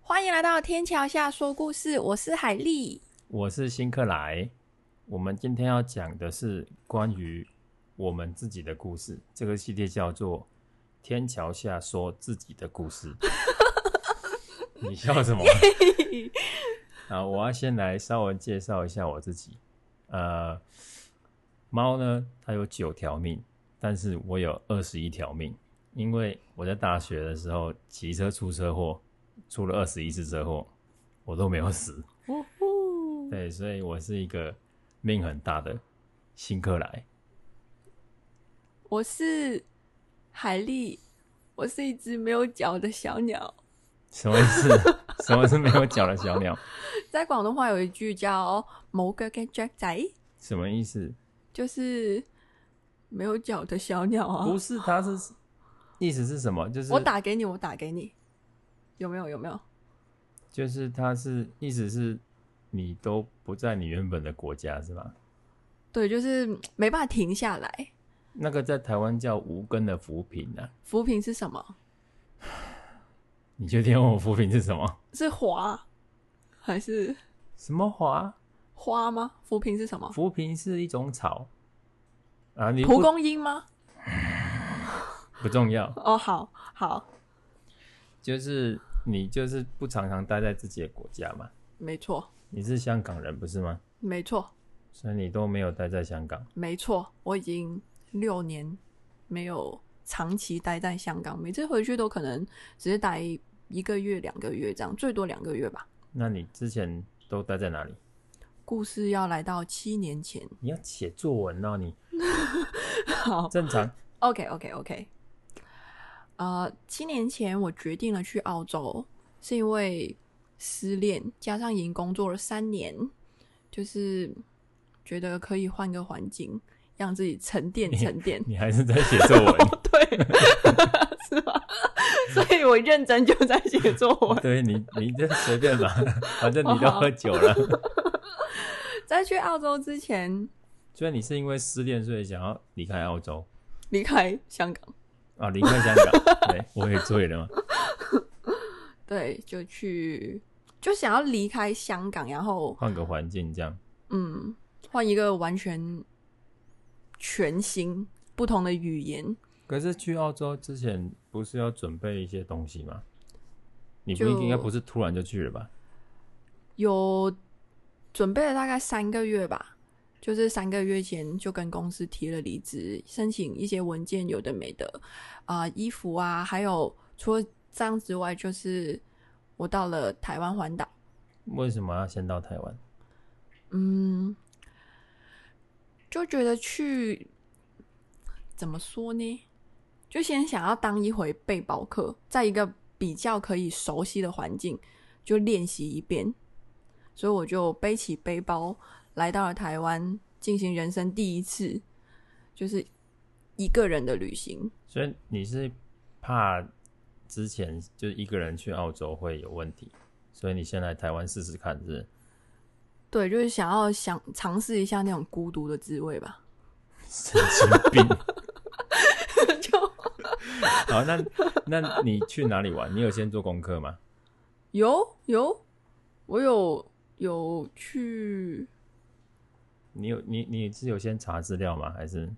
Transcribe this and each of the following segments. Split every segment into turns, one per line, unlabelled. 欢迎来到天桥下说故事，我是海丽。
我是辛克莱。我们今天要讲的是关于我们自己的故事，这个系列叫做《天桥下说自己的故事》。你笑什么？啊，我要先来稍微介绍一下我自己。呃，猫呢，它有九条命，但是我有二十一条命，因为我在大学的时候骑车出车祸，出了二十一次车祸，我都没有死。
呜呼！
对，所以我是一个命很大的辛克莱。
我是海丽，我是一只没有脚的小鸟。
什么意思？ 什么是没有脚的小鸟？
在广东话有一句叫“某个跟雀仔
什么意思？”，
就是没有脚的小鸟啊。
不是，它是意思是什么？就是
我打给你，我打给你，有没有？有没有？
就是它是意思是你都不在你原本的国家是吧？
对，就是嗯没办法停下来。
那个在台湾叫无根的浮萍啊，
扶贫是什么？
你确定我浮萍是什么？
是滑还是
什么花？
花吗？扶贫是什么？
浮萍是一种草啊，你
蒲
不
公英吗？
不重要，
哦，好好，
就是你就是不常常待在自己的国家嘛。
没错，
你是香港人不是吗？
没错，
所以你都没有待在香港，
没错，我已经六年没有长期待在香港，每次回去都可能只是待一个月、两个月这样，最多两个月吧。
那你之前都待在哪里？
故事要来到七年前，
你要写作文哦，你
好
正常。
OK OK OK，呃，七年前我决定了去澳洲，是因为失恋，加上已经工作了三年，就是觉得可以换个环境，让自己沉淀沉淀
你还是在写 作文，
哦对，是吧？所以我认真就在写作文。
对你，你这随便吧，反正你都喝酒
哦
了。
在去澳洲之前，
所以你是因为失恋，所以想要离开澳洲
离开香港，
啊，离开香 港。对，我也醉了嘛。
对，就去，就想要离开香港，然后
换个环境这样。
嗯，换一个完全全新、不同的语言。
可是去澳洲之前不是要准备一些东西吗？你不
就
应该不是突然就去了吧？
有准备了大概三个月吧，就是三个月前就跟公司提了离职，申请一些文件，有的没的，啊、衣服啊，还有除了这样之外，就是我到了台湾环岛，
为什么要先到台湾？
嗯，就觉得去怎么说呢？就先想要当一回背包客，在一个比较可以熟悉的环境就练习一遍，所以我就背起背包来到了台湾，进行人生第一次就是一个人的旅行。
所以你是怕之前就是一个人去澳洲会有问题，所以你先来台湾试试看是不是？
对，就是想要想尝试一下那种孤独的滋味吧。
神经病。
就
好，那那你去哪里玩？你有先做功课吗？
有有，我有有去
你有你你是有先查资料吗？还是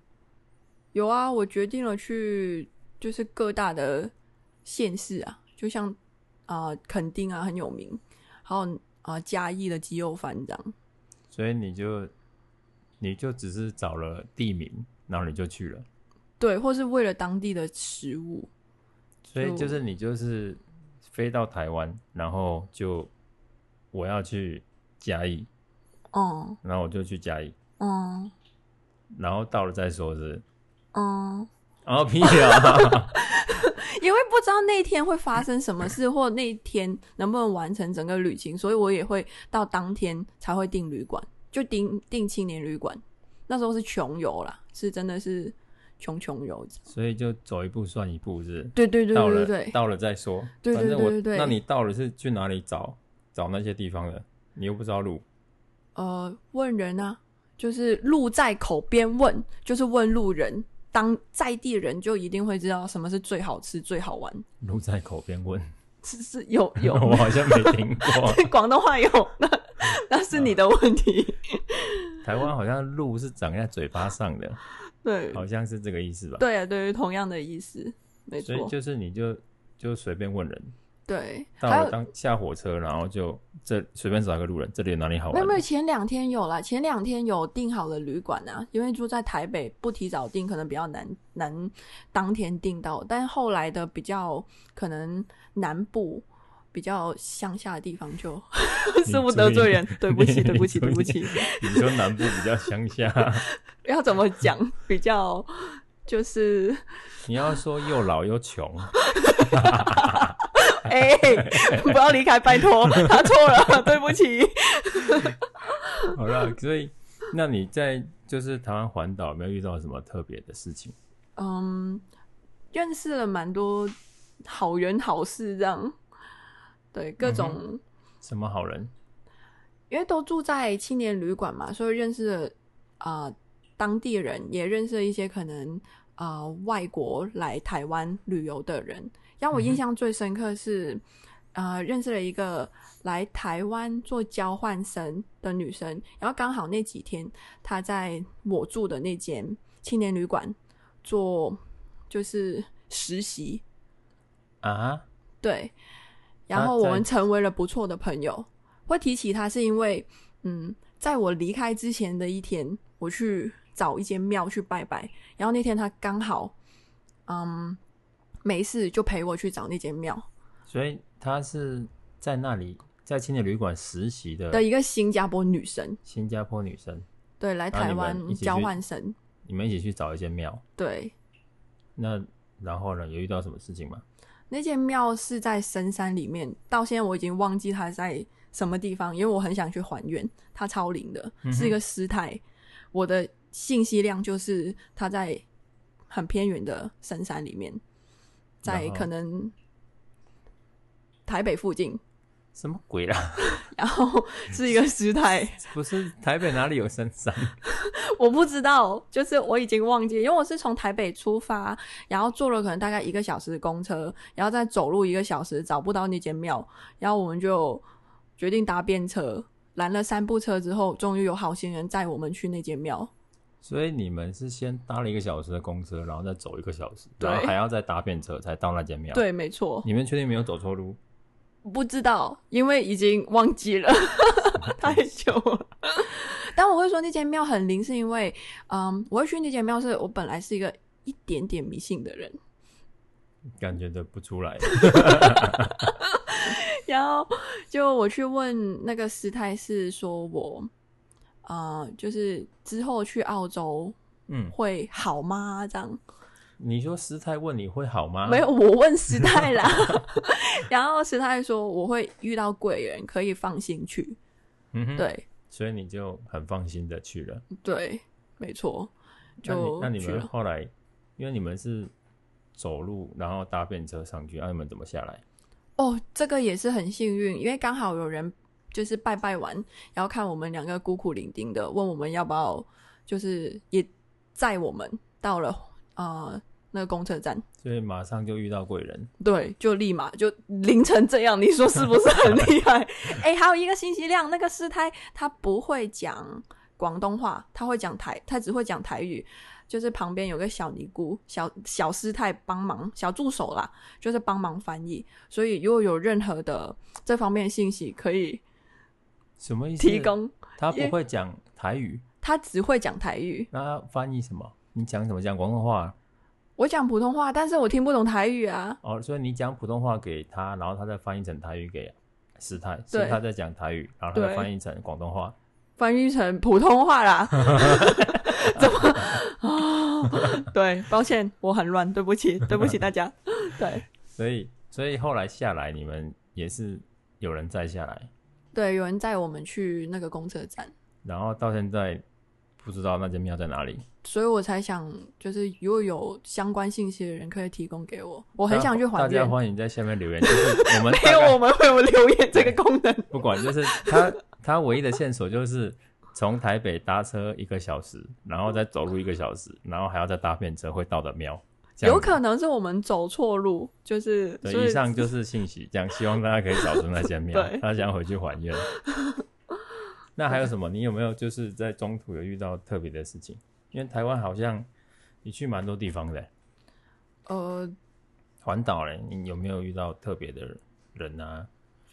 有啊，我决定了去，就是各大的县市啊，就像啊、呃垦丁啊很有名，还有啊、呃嘉义的鸡肉饭这样。
所以你就你就只是找了地名，然后你就去了。
对，或是为了当地的食物，
所以
就
就是你就是飞到台湾，然后就我要去嘉义，
嗯
然后我就去嘉义，
嗯
然后到了再说是不是。
嗯，
哦屁 啊！
因为不知道那天会发生什么事，或那天能不能完成整个旅行，所以我也会到当天才会订旅馆，就订订青年旅馆。那时候是穷游啦，是真的是穷穷游。
所以就走一步算一步是不是。
对对对
到
对
了
对对，
到了再说。
对对
反正我
对对对
那你到了是去哪里找找那些地方的？你又不知道路，
呃，问人啊，就是路在口边问，就是问路人，当在地人就一定会知道什么是最好吃、最好玩，
路在口边问，
是是有有
我好像没听过。
广东话有， 那那是你的问题。
台湾好像路是长在嘴巴上的，
对
好像是这个意思吧？
对啊，对，同样的意思，没
所以
错。
就是你就就随便问人，
对，还
到了
有
当下火车，然后就这随便找一个路人，这里有哪里好
没
玩
有
的？
没有，前两天有啦，前两天有订好了旅馆啊，因为住在台北，不提早订可能比较难难当天订到，但后来的比较可能南部比较乡下的地方就
你
是不得罪人
注
对
意，
不起
你
对不起
注
对
意
不起，
你说南部比较乡下，
要怎么讲比较 就是
你要说又老又穷，
哎、不要离开，拜托，他错 了，对不起。
好了，所以那你在就是台湾环岛有没有遇到什么特别的事情？
嗯，认识了蛮多好人好事，这样对各
嗯
种、
什么好人？
因为都住在青年旅馆嘛，所以认识了啊、呃当地人，也认识了一些可能啊、呃外国来台湾旅游的人。让我
嗯
印
哼
象最深刻是，呃，认识了一个来台湾做交换生的女生，然后刚好那几天她在我住的那间青年旅馆做就是实习，
啊，
对，然
他
后我
在
们成为了不错的朋友。会提起他是因为，嗯，在我离开之前的一天，我去找一间庙去拜拜，然后那天他刚好，嗯，没事就陪我去找那间庙
所以他是在那里在青年旅馆实习的
的一个新加坡女生，
新加坡女生，
对，来
然后
台
你们
湾
一起去
交换生，
你们一起去找一间庙，
对，
那然后呢，有遇到什么事情吗？
那间庙是在深山里面，到现在我已经忘记它在什么地方，因为我很想去还原。它超灵的，
嗯哼
是一个师太。我的信息量就是它在很偏远的深山里面，在
然后
可能台北附近，
什么鬼啦？
然后 是一个师太，
不是台北哪里有深山？
我不知道，就是我已经忘记，因为我是从台北出发，然后坐了可能大概一个小时的公车，然后再走路一个小时，找不到那间庙，然后我们就决定搭便车，拦了三部车之后，终于有好心人载我们去那间庙。
所以你们是先搭了一个小时的公车，然后再走一个小时，
对
然后还要再搭便车才到那间庙。，
对，没错，
你们确定没有走错路？
不知道，因为已经忘记了， 太久了。但我会说那间庙很灵，是因为，嗯，我会去那间庙，是我本来是一个一点点迷信的人。
感觉得不出来。
然后就我去问那个师太是说我，呃，就是之后去澳洲
嗯，
会好吗？这样、
你说师太问你会好吗？
没有，我问师太啦。 然后师太说我会遇到贵人，可以放心去。
嗯哼，，
对
所以你就很放心的去了。
对，没错，
那你
就
那你
去
们
了。
后来，因为你们是走路，然后搭便车上去，啊那、你们怎么下来？
哦，这个也是很幸运，因为刚好有人就是拜拜完，然后看我们两个孤苦伶仃的，问我们要不要，就是也载我们到了呃那个公车站。
所以马上就遇到贵人，
对，就立马就凌晨这样，你说是不是很厉害？哎、还有一个信息量，那个师太他不会讲广东话，他会讲台，他只会讲台语。就是旁边有个小尼姑、小小师太帮忙，小助手啦，就是帮忙翻译。所以如果有任何的这方面的信息可以
什么意思？
提供，
他不会讲台语，
他只会讲台语，
那他翻译什么？你讲什么？讲广东话
我讲普通话，但是我听不懂台语啊。
哦，所以你讲普通话给他，然后他再翻译成台语给师太，师
对
太在讲台语，然后他再
对
翻译成广东话。
翻译成普通话 啦。怎么？哦，对，抱歉，我很乱，对不起，对不起大 家。对
所以，所以后来下来，你们也是有人载下来，
对，有人载我们去那个公车站，
然后到现在不知道那间庙在哪里。
所以我才想，就是如果有相关信息的人可以提供给我，我很想去
大
还
家
原。
欢迎在下面留言，就是我们
没
大
有，我
概
们会有留言这个功能。
不管，就是他他唯一的线索就是从台北搭车一个小时，然后再走路一个小时，然后还要再搭便车会到的庙。 这样
有
子
可能是我们走错路，就是
对，
所以
以上就是信息，这样希望大家可以找出那间庙
对，
他想回去还 愿。那还有什么？你有没有就是在中途有遇到特别的事情？因为台湾好像你去蛮多地方的，
呃，
环岛嘞，你有没有遇到特别的人啊？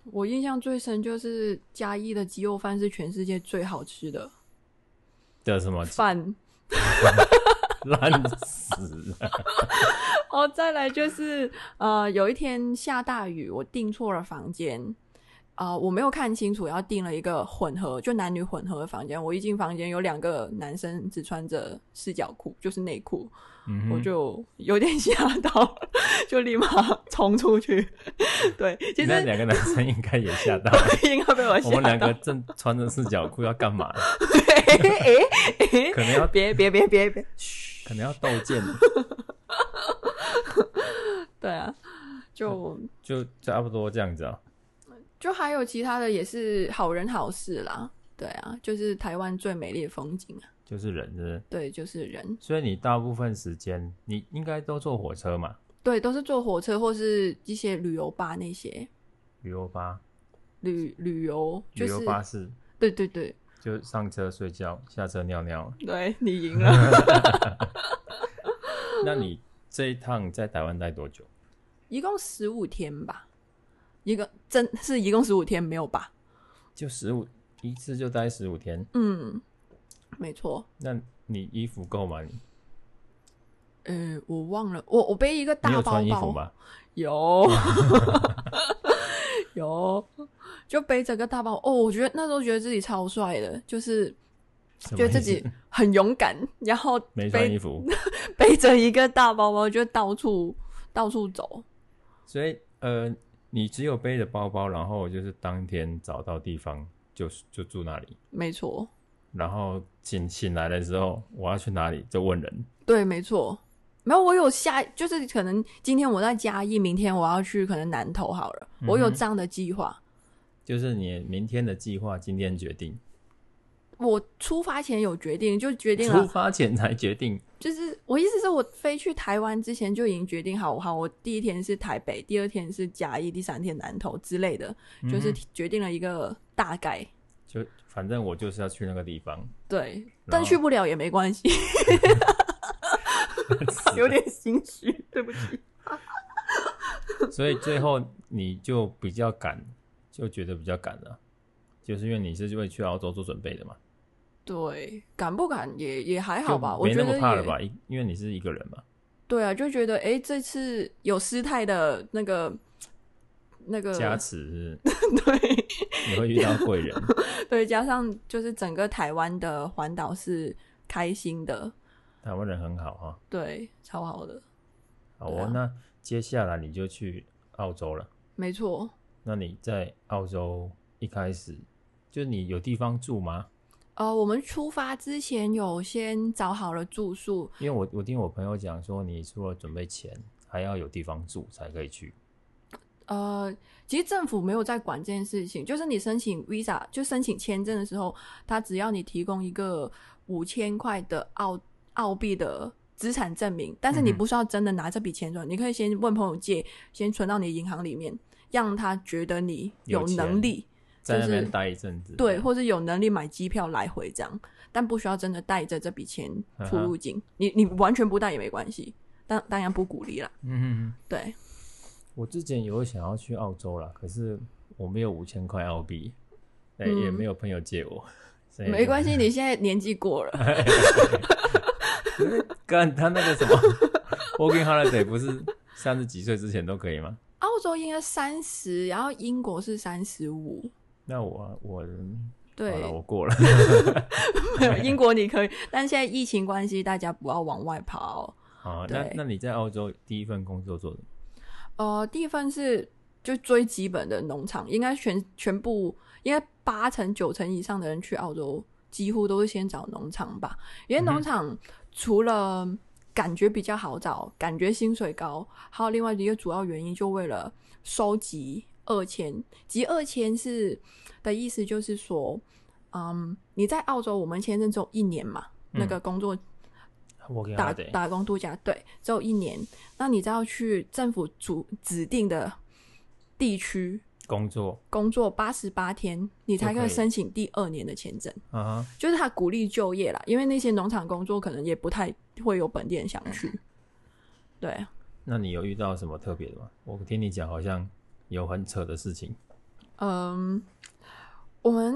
我印象最深就是嘉义的鸡肉饭是全世界最好吃的
的什么
饭。
烂死了？
哦，再来就是呃，有一天下大雨，我订错了房间。啊、我没有看清楚，然后订了一个混合，就男女混合的房间。我一进房间，有两个男生只穿着四角裤，就是内裤，
嗯
我
哼，
就有点 吓到，就立马 冲出去。对，其
那
实
两个男生应该也吓 到。
应该被我
我
吓
们两
到
个。正穿着四角裤要干嘛？
哎哎哎
可能要
别别别别别！
可能要斗剑，
对啊，就
就差不多这样子啊。
就还有其他的也是好人好事啦。对啊，就是台湾最美丽的风景啊。
就是人，是不是？
对，就是人。
所以你大部分时间你应该都坐火车嘛，
对，都是坐火车或是一些旅游巴那些
旅游巴、
旅旅游，就
旅
是
游巴士，
对对对
就上车睡觉，下车尿 尿。
对，你赢了。
那你这一趟在台湾待多久？
一共十五天吧，一个真是一共十五天没有吧？
就十五一次就待十五天，
嗯，没错。
那你衣服够吗？你
呃，我忘了，我我背一个
你
大
有
包
穿衣服
包，
吗？
有，有，就背着个大包。哦，我觉得那时候觉得自己超帅的，就是
什么
觉得自
意思
己很勇敢，然后
没穿衣
背
服，
背着一个大包包就到处到处走。
所以呃，你只有背着包包，然后就是当天找到地方就就住那里，
没错，
然后醒醒来的时候我要去哪里就问人。
对，没错。没有，我有下，就是可能今天我在嘉义，明天我要去可能南投好了，我有
嗯哼
这样的计划。
就是你明天的计划，今天决定，
我出发前有决定，就决定了啊
出发前才决定。
就是我意思是我飞去台湾之前就已经决定好，好，我第一天是台北，第二天是嘉义，第三天南投之类的，就是
嗯哼
决定了一个大概。
就反正我就是要去那个 地方，
对，
啊
但去不了也没关 系，
啊
有点心虚，对不起。
所以最后你就比较赶，就觉得比较赶了，就是因为你是为去澳洲做准备的嘛，
对，敢不敢也也还好吧，
就
我
没
觉
那
得
么
也
怕了吧？因因为你是一个人嘛，
对啊，就觉得诶，这次有师太的那个那个
加持
呃对。
是你会遇到贵人，
对，加上就是整个台湾的环岛是开心的，
台湾人很好哈。
对，超好的，
好
对
哦
啊，
那接下来你就去澳洲了。
没错。
那你在澳洲一开始，就你有地方住吗？
呃，我们出发之前有先找好了住宿，
因为我我听我朋友讲说，你除了准备钱，还要有地方住才可以去。
呃，其实政府没有在管这件事情，就是你申请 visa 就申请签证的时候，他只要你提供一个五千块的澳澳币的资产证明，但是你
嗯哼
不是要真的拿这笔钱出来，你可以先问朋友借，先存到你银行里面，让他觉得你
有
有
钱
能力。
在那
就是
边待一阵子，
对，或是有能力买机票来回这样，但不需要真的带着这笔钱出入境。你你完全不带也没关系，当当然不鼓励啦。
嗯，
对，
我之前有想要去澳洲啦，可是我没有五千块澳币，哎、
嗯
也没有朋友借我， 所以
没关系，你现在年纪过了，
干他那个什么 working holiday 不是三十几岁之前都可以吗？
澳洲应该三十，然后英国是三十五。
那我我好了，
对，
我过了，
没有英国你可以，但现在疫情关系，大家不要往外跑。
好，
对
那那你在澳洲第一份工作做什么？
呃，第一份是就最基本的农场，应该全全部应该八成九成以上的人去澳洲，几乎都是先找农场吧，因为
嗯
农
哼
场除了感觉比较好找，感觉薪水高，还有另外一个主要原因，就为了收集二签。集二签是的意思就是说，嗯，你在澳洲，我们签证只有一年嘛，那
嗯
个工作
我给
打
他的，欸
打工度假，对，只有一年。那你就要去政府主指定的地区
工作
工作八十八天，你才
就
可
可
以
以
申请第二年的签证。
啊哈，
就是他鼓励就业啦，因为那些农场工作可能也不太会有本地人想去。对，
那你有遇到什么特别的吗？我听你讲好像有很扯的事情，
嗯，我们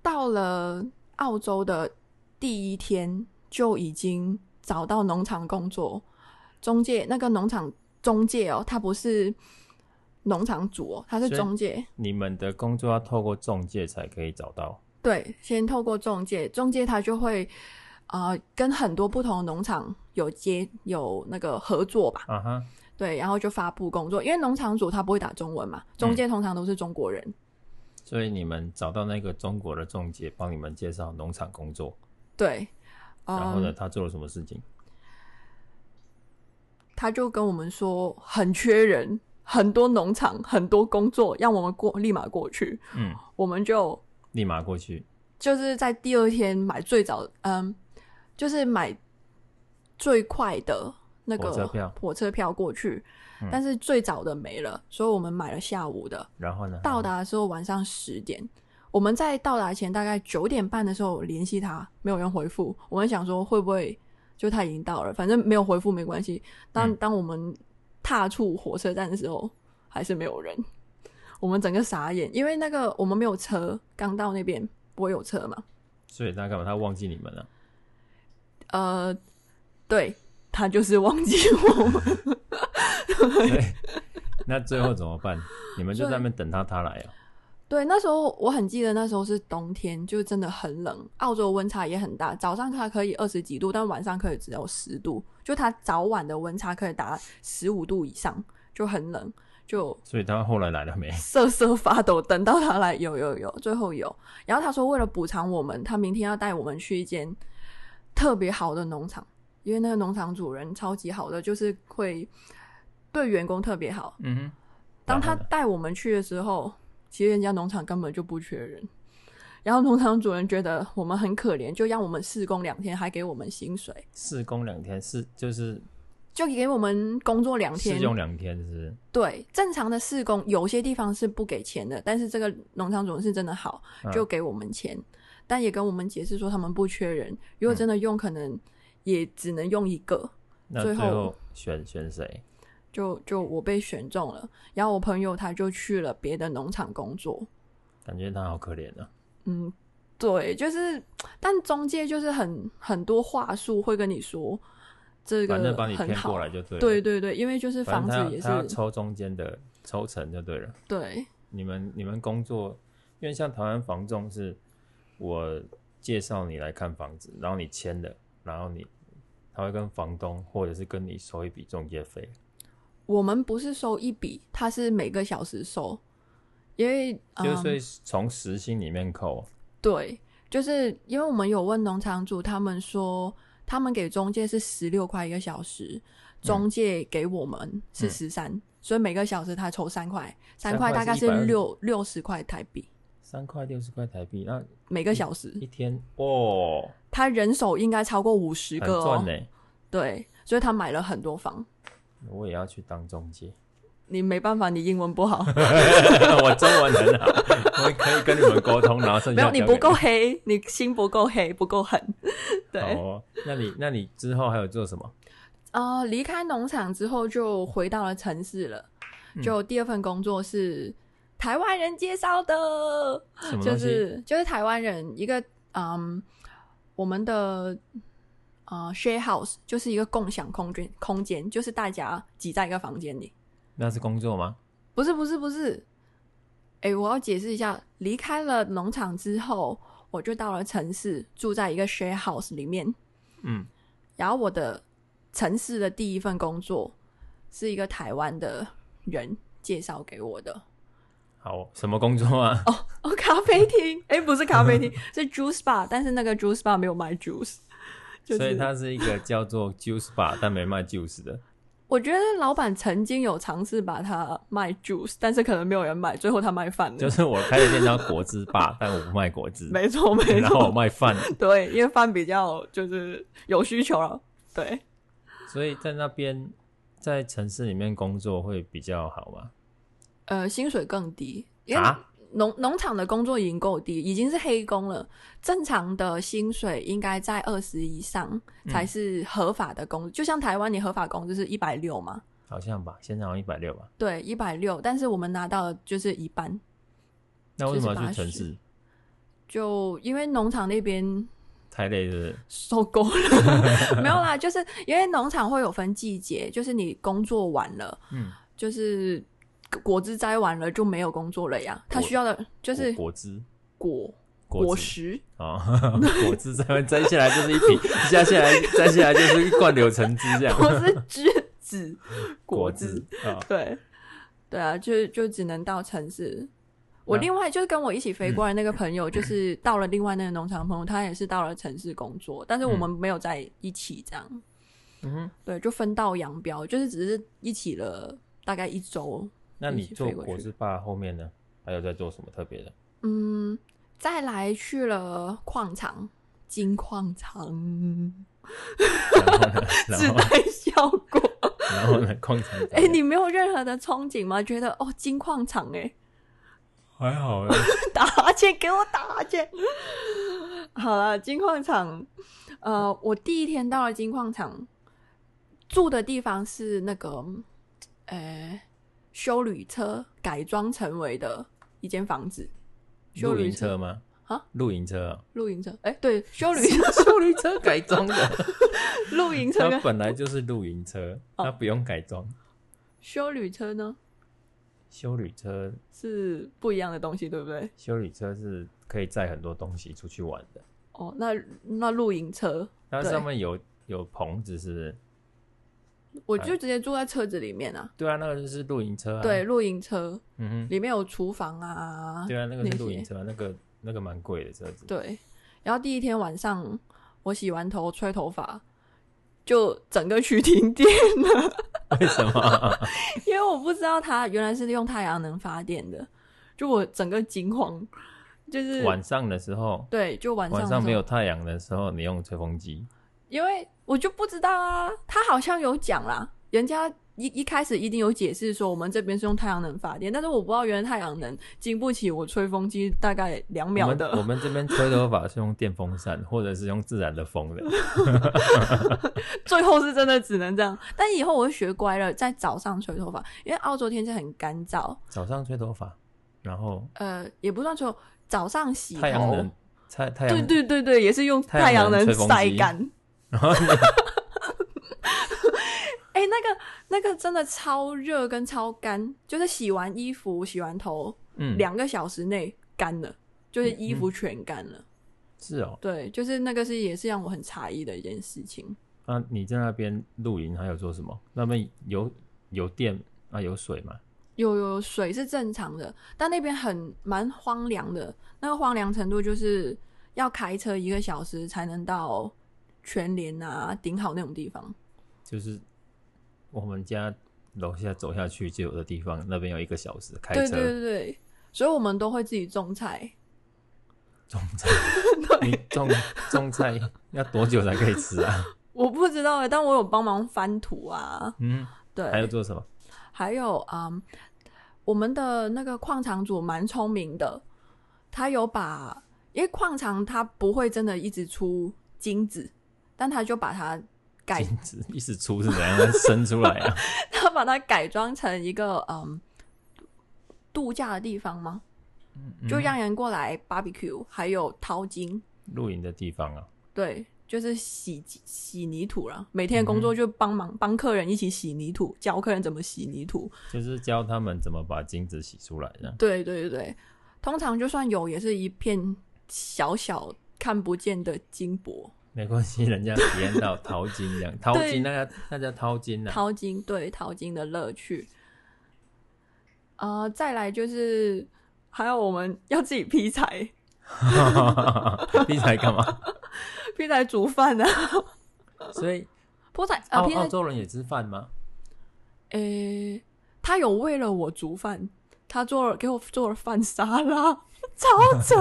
到了澳洲的第一天就已经找到农场工作，中介那个农场中介哦，他不是农场主哦，他是
是
中介。
你们的工作要透过中介才可以找到，
对，先透过中介，中介他就会呃跟很多不同的农场有接有那个合作吧，
啊哈，
对，然后就发布工作，因为农场主他不会打中文
嗯
嘛，中介通常都是中国人，
所以你们找到那个中国的中介帮你们介绍农场工作，
对，嗯、
然后呢，他做了什么事情？
他就跟我们说很缺人，很多农场，很多工作，让我们过立马过去。
嗯，
我们就
立马过去，
就是在第二天买最早，嗯，就是买最快的那个
火车票
火车票过去，
嗯
但是最早的没了，所以我们买了下午的。
然后呢？
到达的时候晚上十点，我们在到达前大概九点半的时候联系他，没有人回复。我们想说会不会就他已经到了，反正没有回复没关系。当
嗯
当我们踏出火车站的时候，还是没有人，我们整个傻眼，因为那个我们没有车，刚到那边不会有车嘛。
所以他干嘛？他忘记你们了。
呃，对他就是忘记我们，
对，那最后怎么 办？你们就在那边等他，他来啊。
对，那时候我很记得，那时候是冬天，就真的很冷。澳洲温差也很大，早上它可以二十几度，但晚上可以只有十度，就它早晚的温差可以达十五度以上，就很冷，就
所以他后来来了没？
瑟瑟发抖。等到他来，有有有，最后有。然后他说，为了补偿我们，他明天要带我们去一间特别好的农场，因为那个农场主人超级好的，就是会对员工特别好。
嗯哼，
当
然
他
后呢
带我们去的时候，其实人家农场根本就不缺人。然后农场主人觉得我们很可怜，就让我们试工两天，还给我们薪水，
试工两天，试就是
就给我们工作两
试
天。
用两天，是不是？
对，正常的试工有些地方是不给钱的，但是这个农场主人是真的好，
嗯
就给我们钱，但也跟我们解释说他们不缺人，如果真的用，可能也只能用一个。
那
最
最
后
后选选谁？
就就我被选中了，然后我朋友他就去了别的农场工作，
感觉他好可怜啊。
嗯，对，就是，但中介就是很很多话术会跟你说，这个
反正把你
很
骗
好
过，来就对了。
对，对对，因为就是
反
房子
正他要
也是
他要抽中间的抽成就对了。
对，
你们你们工作，因为像台湾房仲是，我介绍你来看房子，然后你签了，然后你他会跟房东或者是跟你收一笔中介费。
我们不是收一笔，他是每个小时收，因为
就
嗯
是从时薪里面扣，
对，就是因为我们有问农场主，他们说他们给中介是十六块一个小时，中
嗯
介给我们是十三、所以每个小时他抽三块，三
三块
块大
是
概是
120
六六十块台币
三块六十块台币，那
每个小时。
一天哦，
他人手应该超过五十
很
个哦
赚，呢、
对，所以他买了很多房。
我也要去当中介，
你没办法，你英文不 好，
我中文很好，我可以跟你们沟通，然后剩
没
下
有你
交给
不够黑，你心不够黑，不够 狠。对，
好哦。
欸
那你那你之后还有做什么？
呃，离开农场之后就回到了城市了，
嗯
就第二份工作是台湾人介绍的，
什么
就
东西？
是就是台湾人一个嗯，我们的呃 share house 就是一个共享空间，空间就是大家挤在一个房间里。
那是工作吗？
不是不是不是，哎、我要解释一下，离开了农场之后，我就到了城市，住在一个 share house 里面。
嗯，
然后我的城市的第一份工作是一个台湾的人介绍给我的
好哦，什么工作啊？
哦，咖啡 厅，哎、不是咖啡厅，是 juice bar，但是那个 juice bar 没有卖 juice，就是
所以它是一个叫做 juice bar 但没卖 juice 的，
我觉得老板曾经有尝试把它卖 juice，但是可能没有人买，最后他卖饭
就
了。
是我开的店叫果汁吧，但我不卖果汁，
没错，没
然后我
错，
卖饭，
对，因为饭比较就是有需求了。对，
所以在那边在城市里面工作会比较好嘛？
呃，薪水更低，因为
啊，
农农场的工作已经够低，已经是黑工了。正常的薪水应该在二十以上才是合法的工资，就像台湾你合法工资是一百六嘛，
好像吧，现在好像一百六吧。
对，一百六，但是我们拿到的就是一半，
那为什么要去
就是
城
80
市？
就因为农场那边
太累了是不是。
受够了，没 有啦，就是因为农场会有分季节，就是你工作完了，
嗯，
就是果汁摘完了就没有工作了呀，它
果
需要的就是
果果汁，
果
果
果
汁
实，
哦， 果汁摘摘下来就是一瓶，一下下来摘下来就是一罐柳橙汁这样。
果是栀子
果
汁
汁，啊，哦
对，对啊，就就只能到城市。我
那嗯
另外就是跟我一起飞过来那个朋友，就是到了另外那个农场朋友，他也是到了城市工作，但是我们没有在一起这样。
嗯哼，
对，就分道扬镳，就是只是一起了大概一周。
那你
一起
做
飞过
果
去
汁吧后面呢，还有在做什么特别的？
嗯，再来去了矿场，金矿场，
然
自
后呢，
带效果。
然后然后呢，矿场
哎、你没有任何的憧憬吗？觉得哦，金矿场哎、
还好啊，
打哈欠，给我打哈欠。 好了，金矿场，呃，我第一天到了金矿场，住的地方是那个，呃，修旅车改装成为的一间房子，修
露
旅
营车吗？
啊，
露营车啊，
露营车，哎、 对，修旅车、
修理车改装的，
露营车
它
跟
本来就是露营车，
哦
它不用改装。
修旅车呢
修理车，
是不一样的东西，对不对？
修理车是可以载很多东西出去玩的，
哦，那那露营车，
它
对
上面有有棚子，是不是？
我就直接住在车子里面啊。
对啊，那个就是露营哎车啊。
对，，露营车
嗯
里面有厨房啊
哼，，对啊，那个是
那
露营
些
车啊，那个那个蛮贵的车子。
对，然后第一天晚上我洗完头吹头发，就整个区停电，
为什么？
因为我不知道它原来是用太阳能发电的，就我整个惊慌，就是
晚上的时候，
对，就晚上
晚
的时候
上没有，太阳的时候，你用吹风 机，
因为我就不知道啊，他好像有讲啦，人家。一一开始一定有解释说我们这边是用太阳能发电，但是我不知道原来太阳能经不起我吹风机大概两
我
秒
们
的
我们这边吹头发是用电风扇， 或者是用自然的风的。
最后是真的只能这样。但以后我就学乖了，在早上吹头发，因为澳洲天气很干燥，
早上吹头发，然后
呃，也不算吹头，早上洗头，
太阳能，太太阳
对对对对，也是用太阳能晒干。 哎、那个那个真的超热跟超干，就是洗完衣服、洗完头，
嗯，
两、个小时内干了，就是衣服全干了。
是哦。
对，就是那个是也是让我很诧异的一件事情。
那啊你在那边露营还有做什么？那边有有电啊，有水嘛？
有有水是正常的，但那边很蛮荒凉的，那个荒凉程度就是要开车一个小时才能到全联啊、顶好那种地方。
就是我们家楼下走下去就有的地方，那边有一个小时开
对
车。
对对对，所以我们都会自己种菜。
种菜， 你种种菜要多久才可以吃 啊？
我不知道欸，但我有帮忙翻土啊。
嗯，还有
对，
做什么？
还有啊、嗯我们的那个矿场主蛮聪明的，他有把，因为矿场它不会真的一直出金子，但他就把它改
精子一直出是怎 样它生出来啊？
他把它改装成一个嗯度假的地方吗？
嗯
就让人过来 barbecue，还有淘金，
露营的地方啊，
对，就是洗洗泥土了。每天的工作就帮忙帮客人一起洗泥土，教客人怎么洗泥土。
就是教他们怎么把精子洗出来的。
对对对对，通常就算有，也是一片小小看不见的金箔
没关系，人家体验到淘金这 样，淘
对
金那叫那叫淘金 啊。
淘金，对淘金的乐趣。呃，再来就是还有我们要自己劈柴，
你才干嘛？
劈柴煮饭啊。
所以
菠菜
澳
呃，劈
澳
柴
洲人也吃饭吗？
诶、呃他有为了我煮饭，他做了给我做了饭沙拉， 超 扯。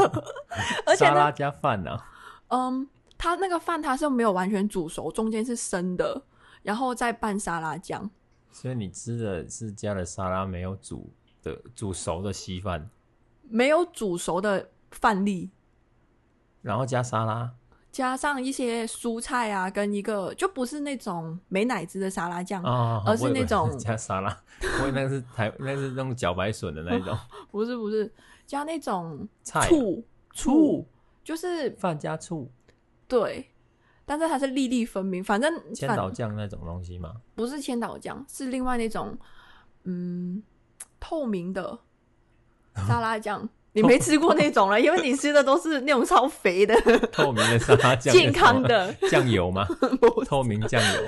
而且
沙
呢
拉，加饭啊呢、
嗯，他那个饭他是没有完全煮熟，中间是生的，然后再拌沙拉酱。
所以你吃的是加了沙拉没有煮的煮熟的稀饭，
没有煮熟的饭粒，
然后加沙拉，
加上一些蔬菜啊，跟一个就不是那种没奶汁的沙拉酱，
啊，
而是
我以为
那种
加 沙拉，我以为那个是台，那是那种茭白笋的那一种
不是不是，加那种
菜啊，
醋醋，就是
饭加醋，
对，但是它是粒粒分明，反正
千岛
反
酱那种东西嘛。
不是千岛酱，是另外那种嗯透明的
嗯
沙拉 酱。你没吃过那种了，因为你吃的都是那种超肥的、
透明的沙拉酱，
健康的
酱油吗？
不
透明酱油，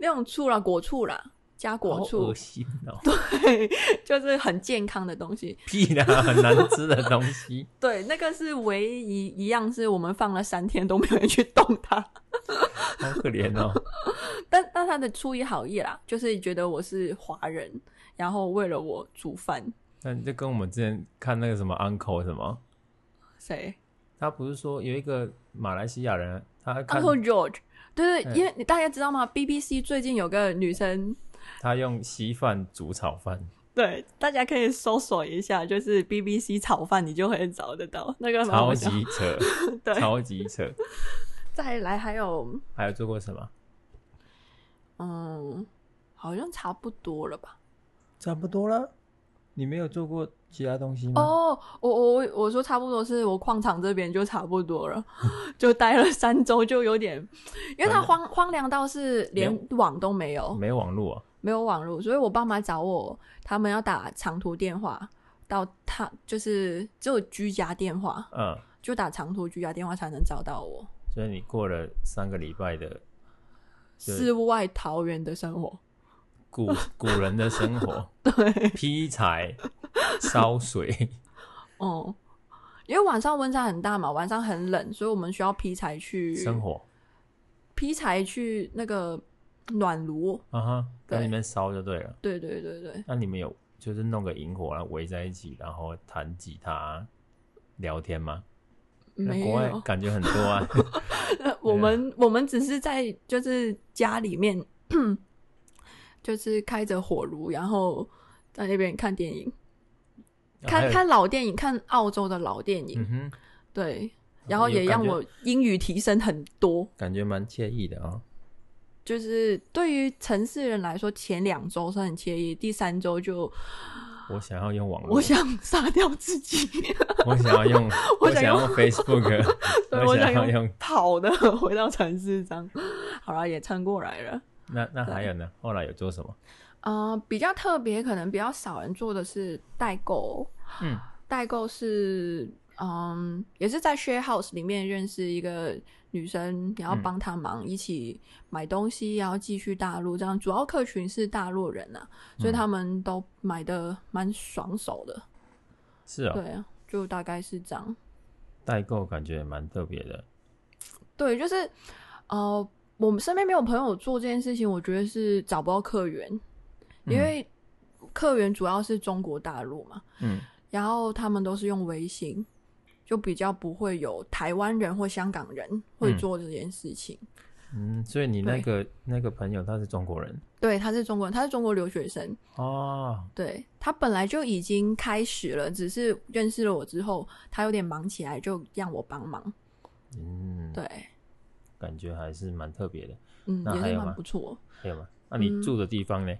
那种醋啦、果醋啦，加
好
果醋
恶，心哦！
对，就是很健康的东西。
屁啦，很难吃的东西。
对，那个是唯一一样是我们放了三天都没有人去动它，
好可怜哦！
但但他的出于好意啦，就是觉得我是华人，然后为了我煮饭，
那你就跟我们之前看那个什么 uncle 什么，
谁
他不是说有一个马来西亚人，他看
Uncle George，对
哎
对，因为你大家知道吗？BBC 最近有个女生，
他用稀饭煮炒饭，
对，大家可以搜索一下，就是 BBC 炒饭，你就会找得到那个蛮好
超
笑
级扯，
对，
超级扯。
再来还有
还有做过什么？
嗯，好像差不多了吧？
差不多了。你没有做过其他东西吗？
哦，我我我我说差不多是我矿场这边就差不多了， 就待了三周，就有点，因为它荒荒凉到是连网都没有，
没网络啊，
没有网络，所以我爸妈找我，他们要打长途电话到他，就是只有居家电话，
嗯，
就打长途居家电话才能找到我。
所以你过了三个礼拜的对
世外桃源的生活，
古古人的生活，
对，
劈柴、烧水，
哦、因为晚上温差很大嘛，晚上很冷，所以我们需要劈柴去
生火
劈柴去那个暖炉。
啊哈，在
对
那边烧就对了。
对对对对，
那你们有就是弄个萤火，然后围在一起，然后弹吉他、聊天吗？那
没
国外
有，
感觉很多 啊，
我们我们只是在就是家里面， 就是开着火炉，然后在那边看电影。
还
看
有
看老电影，看澳洲的老电影，
嗯哼，
对，然后也
有感
让
觉
我英语提升很多。
感觉蛮惬意的啊。
就是对于城市人来说，前两周是很惬意，第三周就
我想要用网络
我，想杀掉自己，
我想要用，我
我
想
想
要
用
用 Facebook，
所以
我
我
想
想
要用
用跑的 回到城市上。好了，也撑过来了。
那那还有呢？后来有做什么？
呃，比较特别，可能比较少人做的是代购，
嗯，
代购是嗯，也是在 share house 里面认识一个女生，然后
嗯
帮她忙一起买东西，然后寄去大陆。这样主要客群是大陆人啊，
嗯
所以他们都买的蛮爽手的。
是啊、
对啊，就大概是这样。
代购感觉蛮特别的。
对，就是呃，我们身边没有朋友做这件事情，我觉得是找不到客源，因为客源主要是中国大陆嘛。
嗯，
然后他们都是用微信，就比较不会有台湾人或香港人会做这件事情。
嗯，所以你那个那个朋友他是中国人
对，他是中国人，他是中国留学生，
哦，
对他本来就已经开始了，只是认识了我之后，他有点忙起来，就让我帮忙。
嗯，
对，
感觉还是蛮特别的。
嗯，
那
也
还
是
有吗
蛮不错。
还有吗？
嗯
那你住的地方呢？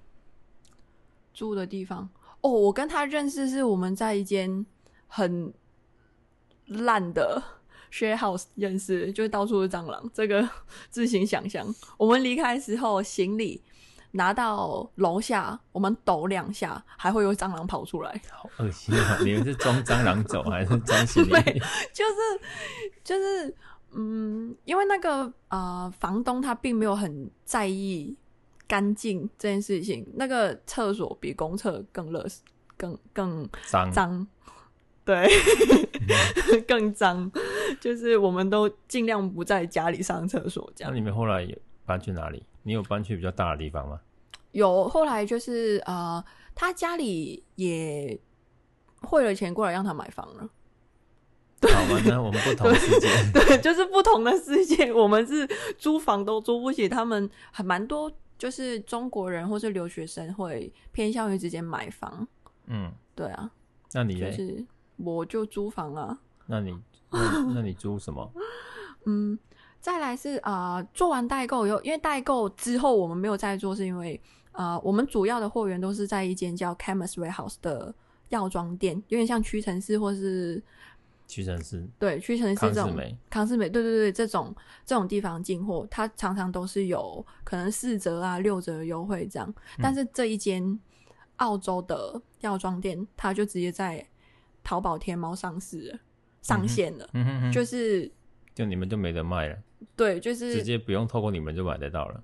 住的地方哦，我跟他认识是我们在一间很烂的 share house 认识，就是到处是蟑螂，这个 自行想象。我们离开时候，行李拿到楼下，我们抖两下，还会有蟑螂跑出来，
好恶心啊！ 你们是装蟑螂走还是装行 李？
就是就是嗯，因为那个呃房东他并没有很在意干净这件事情，那个厕所比公厕更热，更更
脏
脏，对， 更脏，就是我们都尽量不在家里上厕所这
那
样。
你们后来有搬去哪里？你有搬去比较大的地方吗？
有后来就是呃，他家里也汇了钱过来让他买房了。
好吧，那我们不同世界。
对，就是不同的世界。我们是租房都租不起，他们还蛮多，就是中国人或是留学生会偏向于直接买房。
嗯，
对啊，
那你
就
嘞？
是我就租房啊。
那你那那你租什么？
嗯，再来是啊、呃做完代购以后，因为代购之后我们没有再做，是因为呃，我们主要的货源都是在一间叫 Chemist Warehouse 的药妆店，有点像屈臣氏或是
屈臣氏、
对屈臣氏
康
这
士
种
美，
康士美，对对对，这种这种地方进货，它常常都是有可能四折啊、六折优惠这样。
嗯
但是这一间澳洲的药妆店，它就直接在淘宝、天猫上市了上线了，
嗯哼哼，就
就是
就你们就没得卖了，
对，就
直
是
接不用透过你们就买得到了。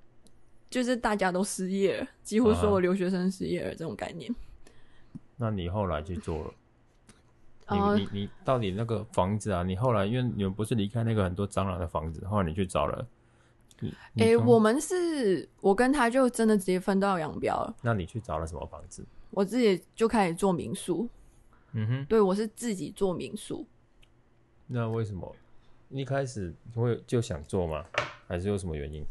就是大家都失业了，几乎
啊
所有留学生失业了这种概念。
那你后来去做了？你
哦
你你到底那个房子啊？你后来因为你们不是离开那个很多蟑螂的房子，后来你去找了。你你
诶、
刚
我们是我跟他就真的直接分道扬镳了，
那你去找了什么房子？
我自己就开始做民宿，
嗯哼，
对我是自己做民宿。
那为什么一开始会就想做吗？还是有什么原因？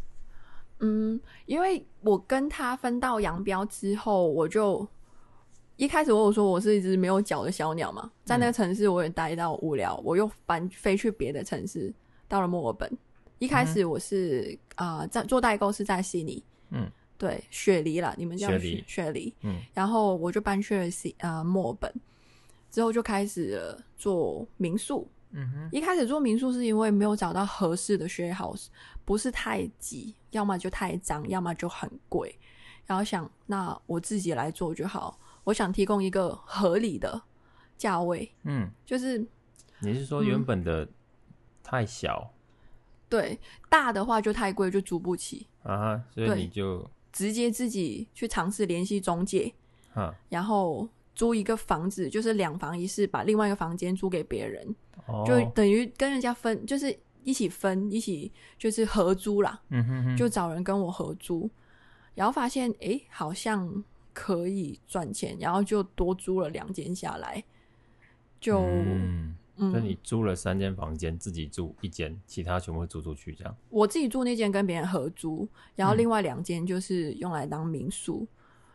嗯，因为我跟他分道扬镳之后，我就一开始我有说我是一只没有脚的小鸟嘛，在
嗯
那个城市我也待到无聊，我又搬飞去别的城市，到了墨尔本。一开始我是啊、呃在做代购是在悉尼，
嗯，
对，雪梨啦，你们叫
雪
雪
梨
雪梨，
嗯，
然后我就搬去了悉啊墨尔本，之后就开始了做民宿，
嗯哼，
一开始做民宿是因为没有找到合适的 share house，不是太挤，要么就太脏，要么就很贵。然后想，那我自己来做就好。我想提供一个合理的价位，
嗯，
就是
你是说
嗯
原本的太小、
对大的话就太贵，就租不起，
啊哈，所以
对
你就
直接自己去尝试联系中介，
哈
然后租一个房子，就是两房一室，把另外一个房间租给别人，
哦，
就等于跟人家分，就是一起分，一起就是合租啦。
嗯哼哼，
就找人跟我合租，然后发现诶好像可以赚钱，然后就多租了两间下来，就嗯
嗯，那你租了三间房间，自己住一间，其他全部租出去这样。
我自己住那间跟别人合租，然后
嗯
另外两间就是用来当民宿，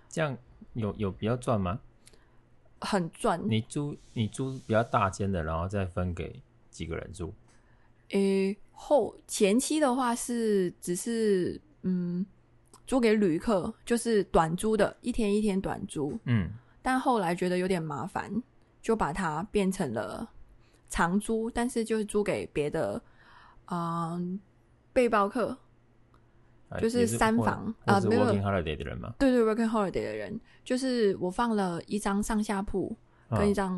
这样有有比较赚吗？
很赚。
你租你租比较大间的，然后再分给几个人住，
诶、后前期的话是只是嗯租给旅客，就是短租的，一天一天短租，
嗯，
但后来觉得有点麻烦，就把它变成了长租，但是就是租给别的，嗯，背包客，
哎
就是
也
三
或
房
或
啊
是
没有
working holiday 的人嘛，
对对，working holiday 的人，就是我放了一张上下铺
啊
跟一张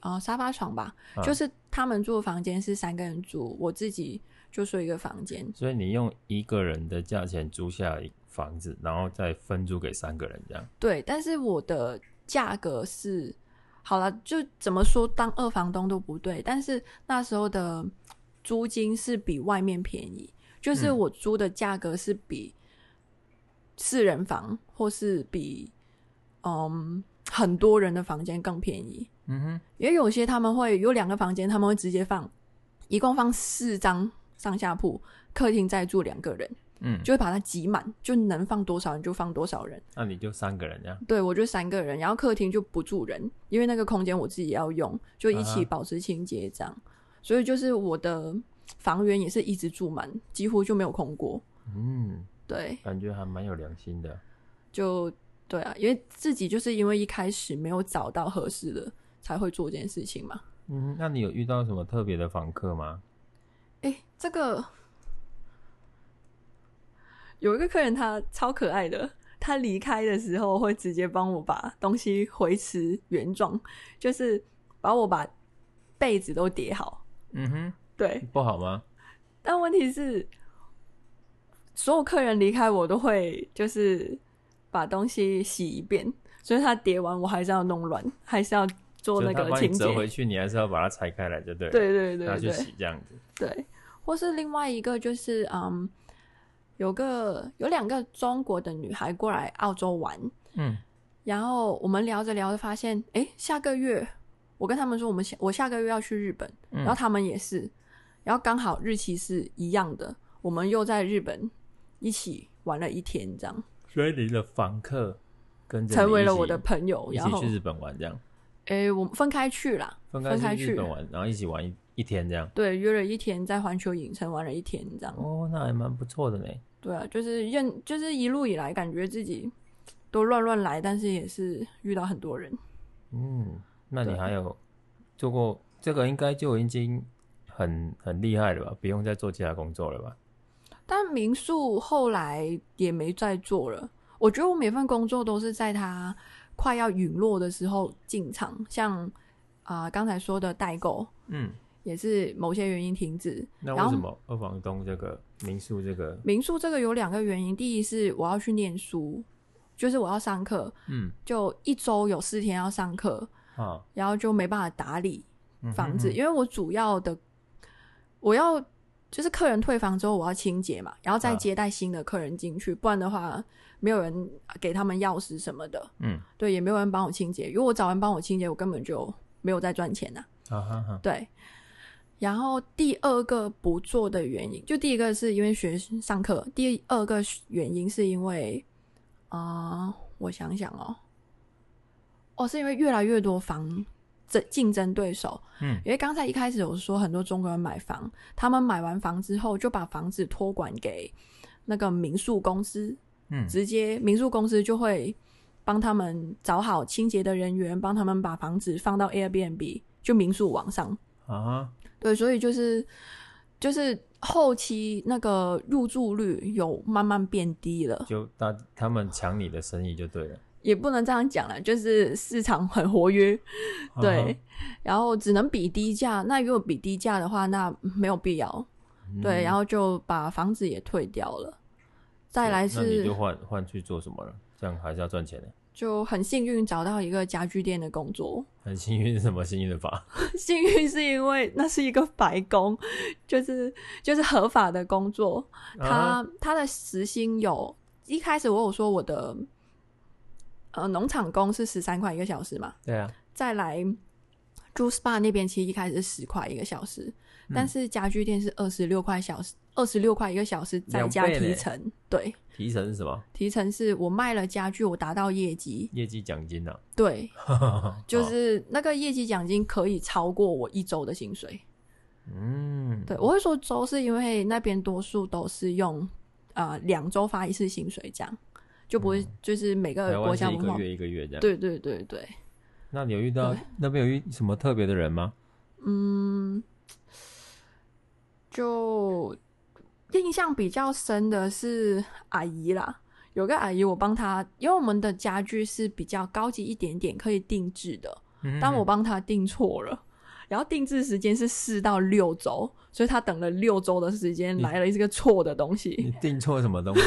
啊、呃沙发床吧，
啊
就是他们住的房间是三个人住，我自己就睡一个房间，
所以你用一个人的价钱租下一房子，然后再分租给三个人这样。
对，但是我的价格是好了，就怎么说当二房东都不对，但是那时候的租金是比外面便宜，就是
嗯
我租的价格是比四人房或是比嗯很多人的房间更便宜，
嗯哼，
也有些他们会有两个房间，他们会直接放，一共放四张上下铺，客厅再住两个人，
嗯，
就会把它挤满，就能放多少人就放多少人。
那你就三个人这样。
对，我就三个人，然后客厅就不住人，因为那个空间我自己要用，就一
啊哈
起保持清洁这样。所以就是我的房源也是一直住满，几乎就没有空过。
嗯，
对，
感觉还蛮有良心的。
就对啊，因为自己就是因为一开始没有找到合适的，才会做这件事情嘛。
嗯，那你有遇到什么特别的房客吗？
诶，这个有一个客人他超可爱的，他离开的时候会直接帮我把东西维持原状，就是把我把被子都叠好。
嗯哼，
对，
不好吗？
但问题是，所有客人离开我都会就是把东西洗一遍，所以他叠完我还是要弄乱，还是要做
就
那
他
个
帮你
清洁
折。回去，你还是要把它拆开来，就对了。
对对对
要
对
去洗这样子。
对，或是另外一个就是嗯，有个有两个中国的女孩过来澳洲玩，
嗯，
然后我们聊着聊着发现，哎，下个月我跟他们说我们下我下个月要去日本，
嗯
然后他们也是，然后刚好日期是一样的，我们又在日本一起玩了一天，这样
所以你的房客跟着你
成为
一
了
起
我的朋友。
一
然
起
后
去，日本玩这样，
哎，我们分开去啦，
分
分
开
开
去日
去
本玩，然后一起玩一一天这样。
对，约了一天在环球影城玩了一天，这样。
哦，那还蛮不错的呢。
对啊，就是认，就是一路以来感觉自己都乱乱来，但是也是遇到很多人。
嗯，那你
对
还有做过这个，应该就已经很很厉害了吧？不用再做其他工作了吧？
但民宿后来也没再做了。我觉得我每份工作都是在它快要陨落的时候进场，像啊、刚才说的代购
嗯，
也是某些原因停止。
那
然
为
后
什么二房东这个民宿这个，
民宿这个有两个原因，第一是我要去念书，就是我要上课，
嗯
就一周有四天要上课，
啊，
然后就没办法打理
嗯
房子，
嗯
因为我主要的我要就是客人退房之后我要清洁嘛，然后再
啊
接待新的客人进去，不然的话没有人给他们钥匙什么的，
嗯，
对，也没有人帮我清洁。如果我找人帮我清洁，我根本就没有在赚钱呐、
啊哈哈，
对。然后第二个不做的原因，就第一个是因为学上课，第二个原因是因为，啊、我想想哦，哦，是因为越来越多房争竞争对手，
嗯
因为刚才一开始有说很多中国人买房，他们买完房之后就把房子托管给那个民宿公司，
嗯
直接民宿公司就会帮他们找好清洁的人员，帮他们把房子放到 Airbnb 就民宿网上。
啊哈，
对，所以就是就是后期那个入住率有慢慢变低了，
就他他们抢你的生意就对了。
也不能这样讲了，就是市场很活跃，
啊哈
对，，然后只能比低价。那如果比低价的话，那没有必要。
嗯
对，然
后
后就把房子也退掉了。再来
那你
是
就换换去做什么了？这样还是要赚钱的。
就很幸运找到一个家具店的工作，
很幸运是什么幸 运的法？
幸运是因为那是一个白工，就是就是合法的工作，
啊
他他的时薪有一开始我有说我的呃农场工是十三块一个小时嘛，
对啊，
再来住 SPA 那边其实一开始是十块一个小时，
嗯
但是家具店是二十六块小时，二十六块一个小时再
两
加
倍嘞
提成，对。
提成是什么？
提成是我卖了家具，我达到业绩，
业绩奖金呐、
对，
啊，
就是那个业绩奖金可以超过我一周的薪水。
嗯，
对我会说周，是因为那边多数都是用呃两周发一次薪水这样，就不会就是每
嗯台
个国
湾是
家
一
文
个
化。
月一个月这样。
对对对对，
那你有遇到那边有遇什么特别的人吗？
嗯，就印象比较深的是阿姨啦。有个阿姨，我帮她，因为我们的家具是比较高级一点点，可以定制的，
嗯
但嗯我帮他订错了，然后定制时间是四到六周，所以他等了六周的时间
你
来了一个错的东
你
西，
订错什么东西？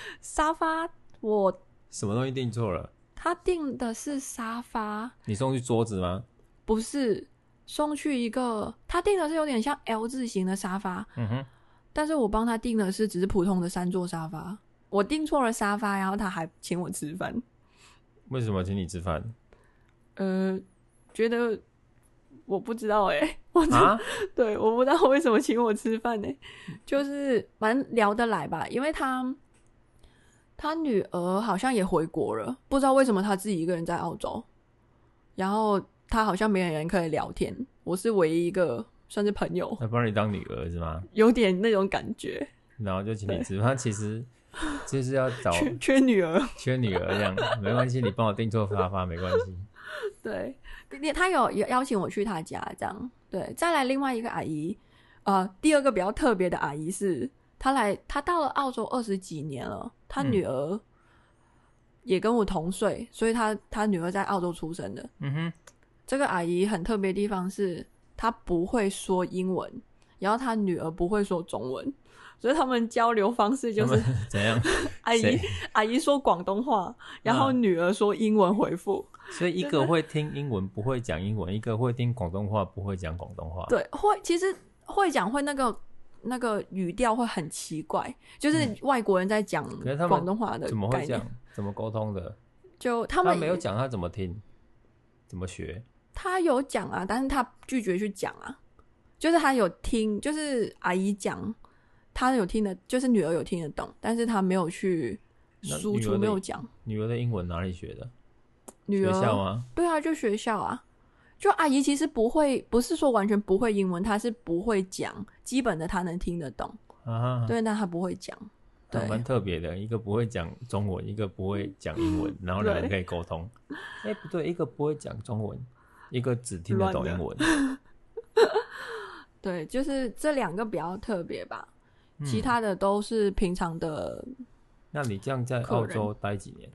沙发。我
什么东西订错了？
他订的是沙发，
你送去桌子吗？
不是送去一个，他订的是有点像 L 字形的沙发，
嗯哼，
但是我帮他订的是只是普通的三座沙发。我订错了沙发，然后他还请我吃饭，
为什么请你吃饭
呃，觉得我不知道哎、我真的
啊？
对，我不知道为什么请我吃饭呢、就是蛮聊得来吧，因为他他女儿好像也回国了，不知道为什么他自己一个人在澳洲，然后他好像没有人可以聊天，我是唯一一个算是朋友，
他把你当女儿是吗？
有点那种感觉，
然后就请你吃饭，他其实就是要找
缺缺女儿，
缺女儿这样，没关系，你帮我订错沙发没关系。
对，他有邀请我去他家这样，对，再来另外一个阿姨，呃，第二个比较特别的阿姨是，她来，她到了澳洲二十几年了，她
嗯
女儿也跟我同岁，所以她她女儿在澳洲出生的。
嗯哼，
这个阿姨很特别的地方是，她不会说英文，然后她女儿不会说中文，所以他们交流方式就
他们
是
怎样？
阿姨
谁
阿姨说广东话，然后
啊
女儿说英文回复。
所以一个会听英文不会讲英文，一个会听广东话不会讲广东话。
对，会其实会讲会那个那个语调会很奇怪，就是外国人在讲
嗯可是他们
广东话的
怎么
概
会这
念
样，？怎么沟通的？
就他
他
们
没有讲，他怎么听，怎么学？
他有讲啊，但是他拒绝去讲啊，就是他有听，就是阿姨讲，他有听的，就是女儿有听得懂，但是他没有去
那
输
女儿
出，
的
没有讲。
女儿的英文哪里学的？
女
学校
儿
吗？
对啊，就学校啊，就阿姨其实不会，不是说完全不会英文，她是不会讲，基本的她能听得懂，
啊，
对，但她不会讲。对
还蛮特别的，一个不会讲中文，一个不会讲 英文，然后两个可以沟通。哎，不对，一个不会讲中文，一个只听得懂英文。
对，就是这两个比较特别吧，
嗯
其他的都是平常的，
那你这样在澳洲待几年？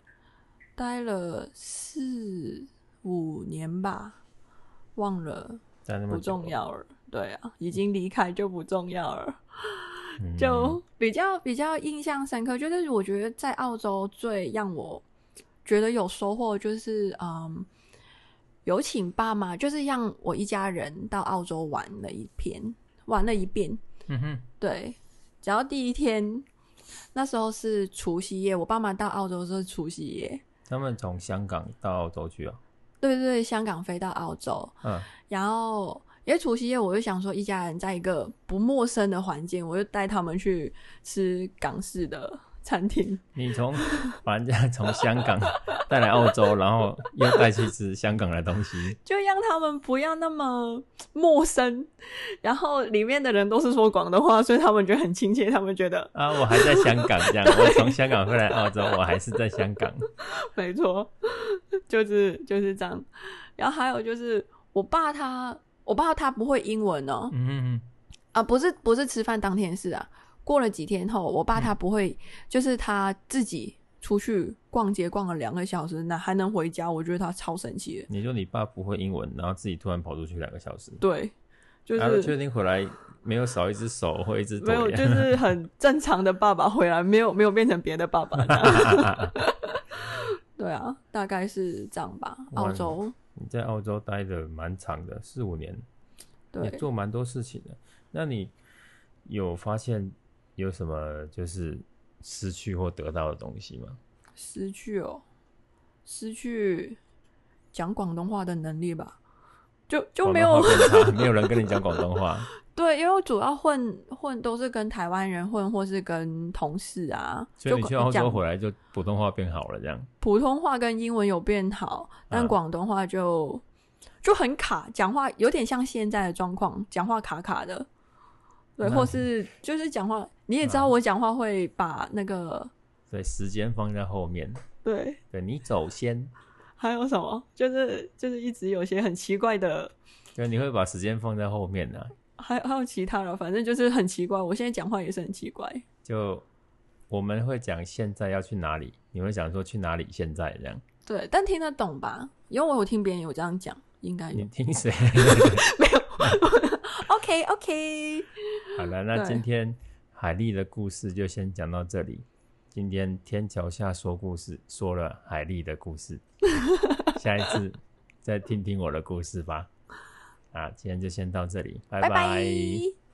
待了四五年吧，忘了
在那么
不
久
重，要了。对啊，已经离开就不重要了。
嗯
就比较比较印象深刻，就是我觉得在澳洲最让我觉得有收获，就是嗯，有请爸妈，就是让我一家人到澳洲玩了一篇，玩了一遍。
嗯哼，
对，只要第一天，那时候是除夕夜，我爸妈到澳洲是除夕夜，
他们从香港到澳洲去哦。
对对对，香港飞到澳洲，
嗯，
然后因为除夕夜，我就想说一家人在一个不陌生的环境，我就带他们去吃港式的餐厅。
你从把人家从香港带来澳洲，然后又带去吃香港的东西，
就让他们不要那么陌生，然后里面的人都是说广东话，所以他们觉得很亲切，他们觉得
啊，我还在香港这 样，我从香港回来澳洲，我还是在香港。
没错， 就是就是这样。然后还有就是，我爸他，我爸他不会英文哦，
嗯
啊，不是不是吃饭当天是啊，过了几天后，我爸
嗯
他不会，就是他自己出去逛街逛了两个小时，那还能回家，我觉得他超神奇的，
你说你爸不会英文，然后自己突然跑出去两个小时，
对，就是、
然后啊确定回来没有少一只手或一只
没
腿，啊
有，就是很正常的爸爸回来，没有没有变成别的爸爸这样。 对啊，大概是这样吧。
哇
澳洲，
你在澳洲待的蛮长的，四五年，也
对，
做蛮多事情的。那你有发现有什么就是失去或得到的东西吗？
失去哦，失去讲广东话的能力吧，就就没有
广东话 变差，没有人跟你讲广东话。
对，因为我主要混混都是跟台湾人混，或是跟同事啊，
所以
就
你去澳洲
讲
回来就普通话变好了，这样。
普通话跟英文有变好，但
嗯
广东话就、就很卡，讲话有点像现在的状况，讲话卡卡的。对，
那啊
或是就是讲话，你也知道我讲话会把那个、
对，时间放在后面，
对，
对你走先，
还有什么，就是就是一直有些很奇怪的，
对，你会把时间放在后面啊的、
还还有其他的，反正就是很奇怪。我现在讲话也是很奇怪，
就我们会讲现在要去哪里，你会讲说去哪里现在这样。
对，但听得懂吧？因为我有听别人有这样讲，应该有
你。听谁？
OK OK，
好了，那
对
今天海莉的故事就先讲到这里。今天天桥下说故事，说了海莉的故 事，下一次再听听我的故事吧。啊，今天就先到这里，
拜
拜
拜